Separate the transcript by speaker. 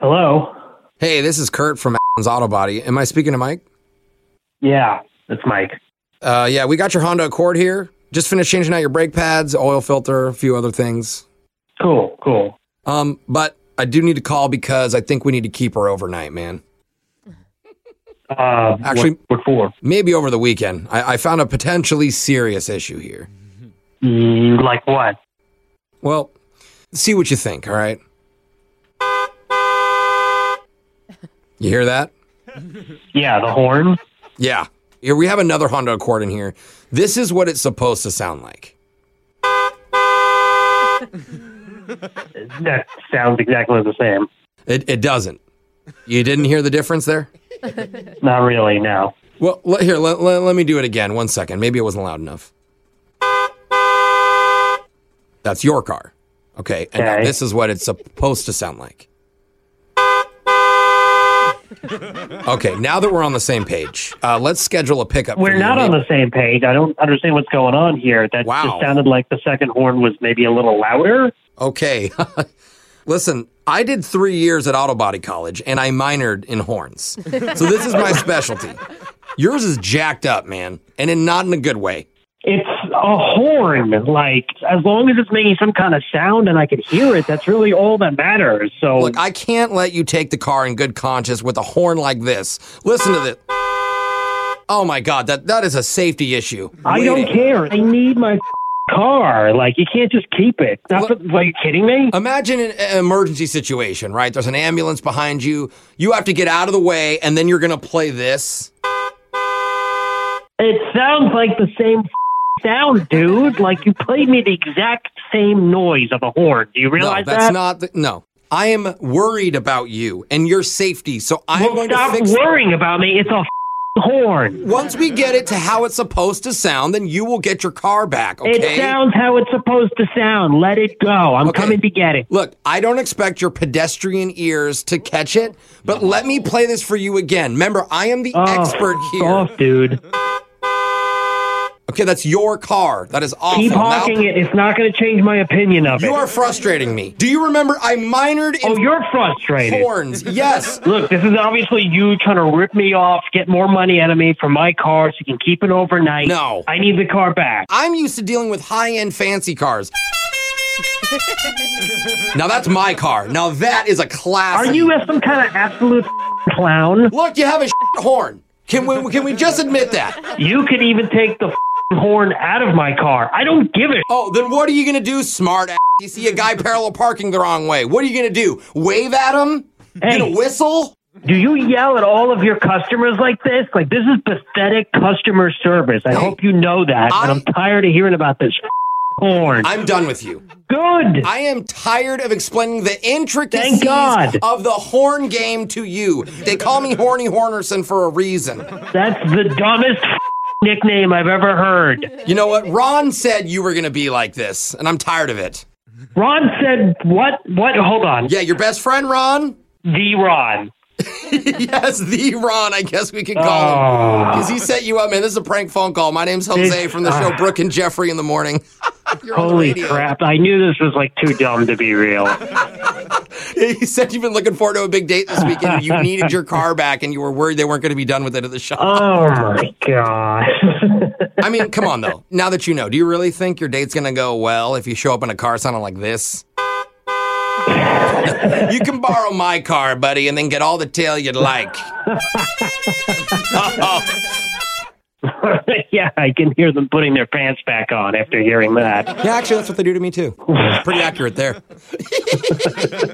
Speaker 1: Hello.
Speaker 2: Hey, this is Kurt from Allen's Auto Body. Am I speaking to Mike?
Speaker 1: Yeah, it's Mike.
Speaker 2: Uh, yeah, we got your Honda Accord here. Just finished changing out your brake pads, oil filter, a few other things.
Speaker 1: Cool, cool.
Speaker 2: Um, but I do need to call because I think we need to keep her overnight, man.
Speaker 1: Uh,
Speaker 2: Actually-
Speaker 1: what, what for?
Speaker 2: Maybe over the weekend. I, I found a potentially serious issue here.
Speaker 1: Mm, Like what?
Speaker 2: Well, see what you think, all right? You hear that?
Speaker 1: Yeah, the horn.
Speaker 2: Yeah. Here we have another Honda Accord in here. This is what it's supposed to sound like.
Speaker 1: That sounds exactly the same.
Speaker 2: It, it doesn't. You didn't hear the difference there?
Speaker 1: Not really. No.
Speaker 2: Well, let, here, let, let, let me do it again. One second. Maybe it wasn't loud enough. That's your car. Okay. And now
Speaker 1: Okay.
Speaker 2: this is what it's supposed to sound like. Okay, now that we're on the same page, uh, let's schedule a pickup.
Speaker 1: We're not on the same page. I don't understand what's going on here. That
Speaker 2: Wow.
Speaker 1: just sounded like the second horn was maybe a little louder.
Speaker 2: Okay. Listen, I did three years at Auto Body College and I minored in horns. So this is my specialty. Yours is jacked up, man, and in not in a good way.
Speaker 1: It's a horn. Like as long as it's making some kind of sound and I can hear it, that's really all that matters. So
Speaker 2: Look, I can't let you take the car in good conscience with a horn like this. Listen to this. Oh my God, that, that is a safety issue.
Speaker 1: I don't
Speaker 2: Waiting.
Speaker 1: care. I need my car. Like you can't just keep it. Not
Speaker 2: Look-
Speaker 1: for, are you kidding me?
Speaker 2: Imagine an, an emergency situation, right? There's an ambulance behind you. You have to get out of the way, and then you're going to play this.
Speaker 1: It sounds like the same sound, dude. Like you played me the exact same noise of a horn. Do you
Speaker 2: No,
Speaker 1: realize
Speaker 2: that's
Speaker 1: that?
Speaker 2: not. The, no, I am worried about you and your safety, so I'm
Speaker 1: well,
Speaker 2: going
Speaker 1: stop
Speaker 2: to fix.
Speaker 1: worrying about me. It's a horn.
Speaker 2: Once we get it to how it's supposed to sound, then you will get your car back.
Speaker 1: It
Speaker 2: Okay.
Speaker 1: sounds how it's supposed to sound. Let it go. I'm
Speaker 2: Okay.
Speaker 1: coming to get it.
Speaker 2: Look, I don't expect your pedestrian ears to catch it, but let me play this for you again. Remember, I am the
Speaker 1: Oh,
Speaker 2: expert
Speaker 1: f-
Speaker 2: here.
Speaker 1: off, dude.
Speaker 2: Okay, that's your car. That is awful.
Speaker 1: Keep
Speaker 2: Now-
Speaker 1: honking it. It's not going to change my opinion of it.
Speaker 2: you are frustrating me. Do you remember I minored
Speaker 1: oh,
Speaker 2: in
Speaker 1: you're frustrated.
Speaker 2: horns? Yes.
Speaker 1: Look, this is obviously you trying to rip me off, get more money out of me for my car so you can keep it overnight.
Speaker 2: No.
Speaker 1: I need the car back.
Speaker 2: I'm used to dealing with high-end fancy cars. now that's my car. Now that is a classic.
Speaker 1: Are you some kind of absolute clown?
Speaker 2: Look, you have a horn. Can we can we just admit that?
Speaker 1: You could even take the horn out of my car. I don't give a
Speaker 2: Oh, then what are you gonna do, smart ass? You see a guy parallel parking the wrong way. What are you gonna do? Wave at him? You
Speaker 1: Hey.
Speaker 2: gonna whistle?
Speaker 1: Do you yell at all of your customers like this? Like this is pathetic customer service. I hope you know that.
Speaker 2: I-
Speaker 1: and I'm tired of hearing about this horn.
Speaker 2: I'm done with you.
Speaker 1: Good.
Speaker 2: I am tired of explaining the intricacies
Speaker 1: Thank God.
Speaker 2: of the horn game to you. They call me Horny Hornerson for a reason.
Speaker 1: That's the dumbest nickname I've ever heard.
Speaker 2: You know what? Ron said you were gonna be like this, and I'm tired of it.
Speaker 1: Ron said, "What? What? Hold on,
Speaker 2: Yeah, your best friend Ron?
Speaker 1: the Ron."
Speaker 2: yes, the Ron, I guess we could call him.
Speaker 1: Oh.
Speaker 2: Because he set you up, man. This is a prank phone call. My name's Jose
Speaker 1: It's-
Speaker 2: from the show Brooke and Jeffrey in the morning. You're on the
Speaker 1: Holy
Speaker 2: radio.
Speaker 1: crap! I knew this was like too dumb to be real.
Speaker 2: He said you've been looking forward to a big date this weekend. You needed your car back and you were worried they weren't going to be done with it at the shop.
Speaker 1: Oh my god!
Speaker 2: I mean, come on, though. Now that you know, do you really think your date's going to go well if you show up in a car sounding like this? you can borrow my car, buddy, and then get all the tail you'd like.
Speaker 1: yeah, I can hear them putting their pants back on after hearing that.
Speaker 2: Yeah, actually, that's what they do to me, too. Pretty accurate there.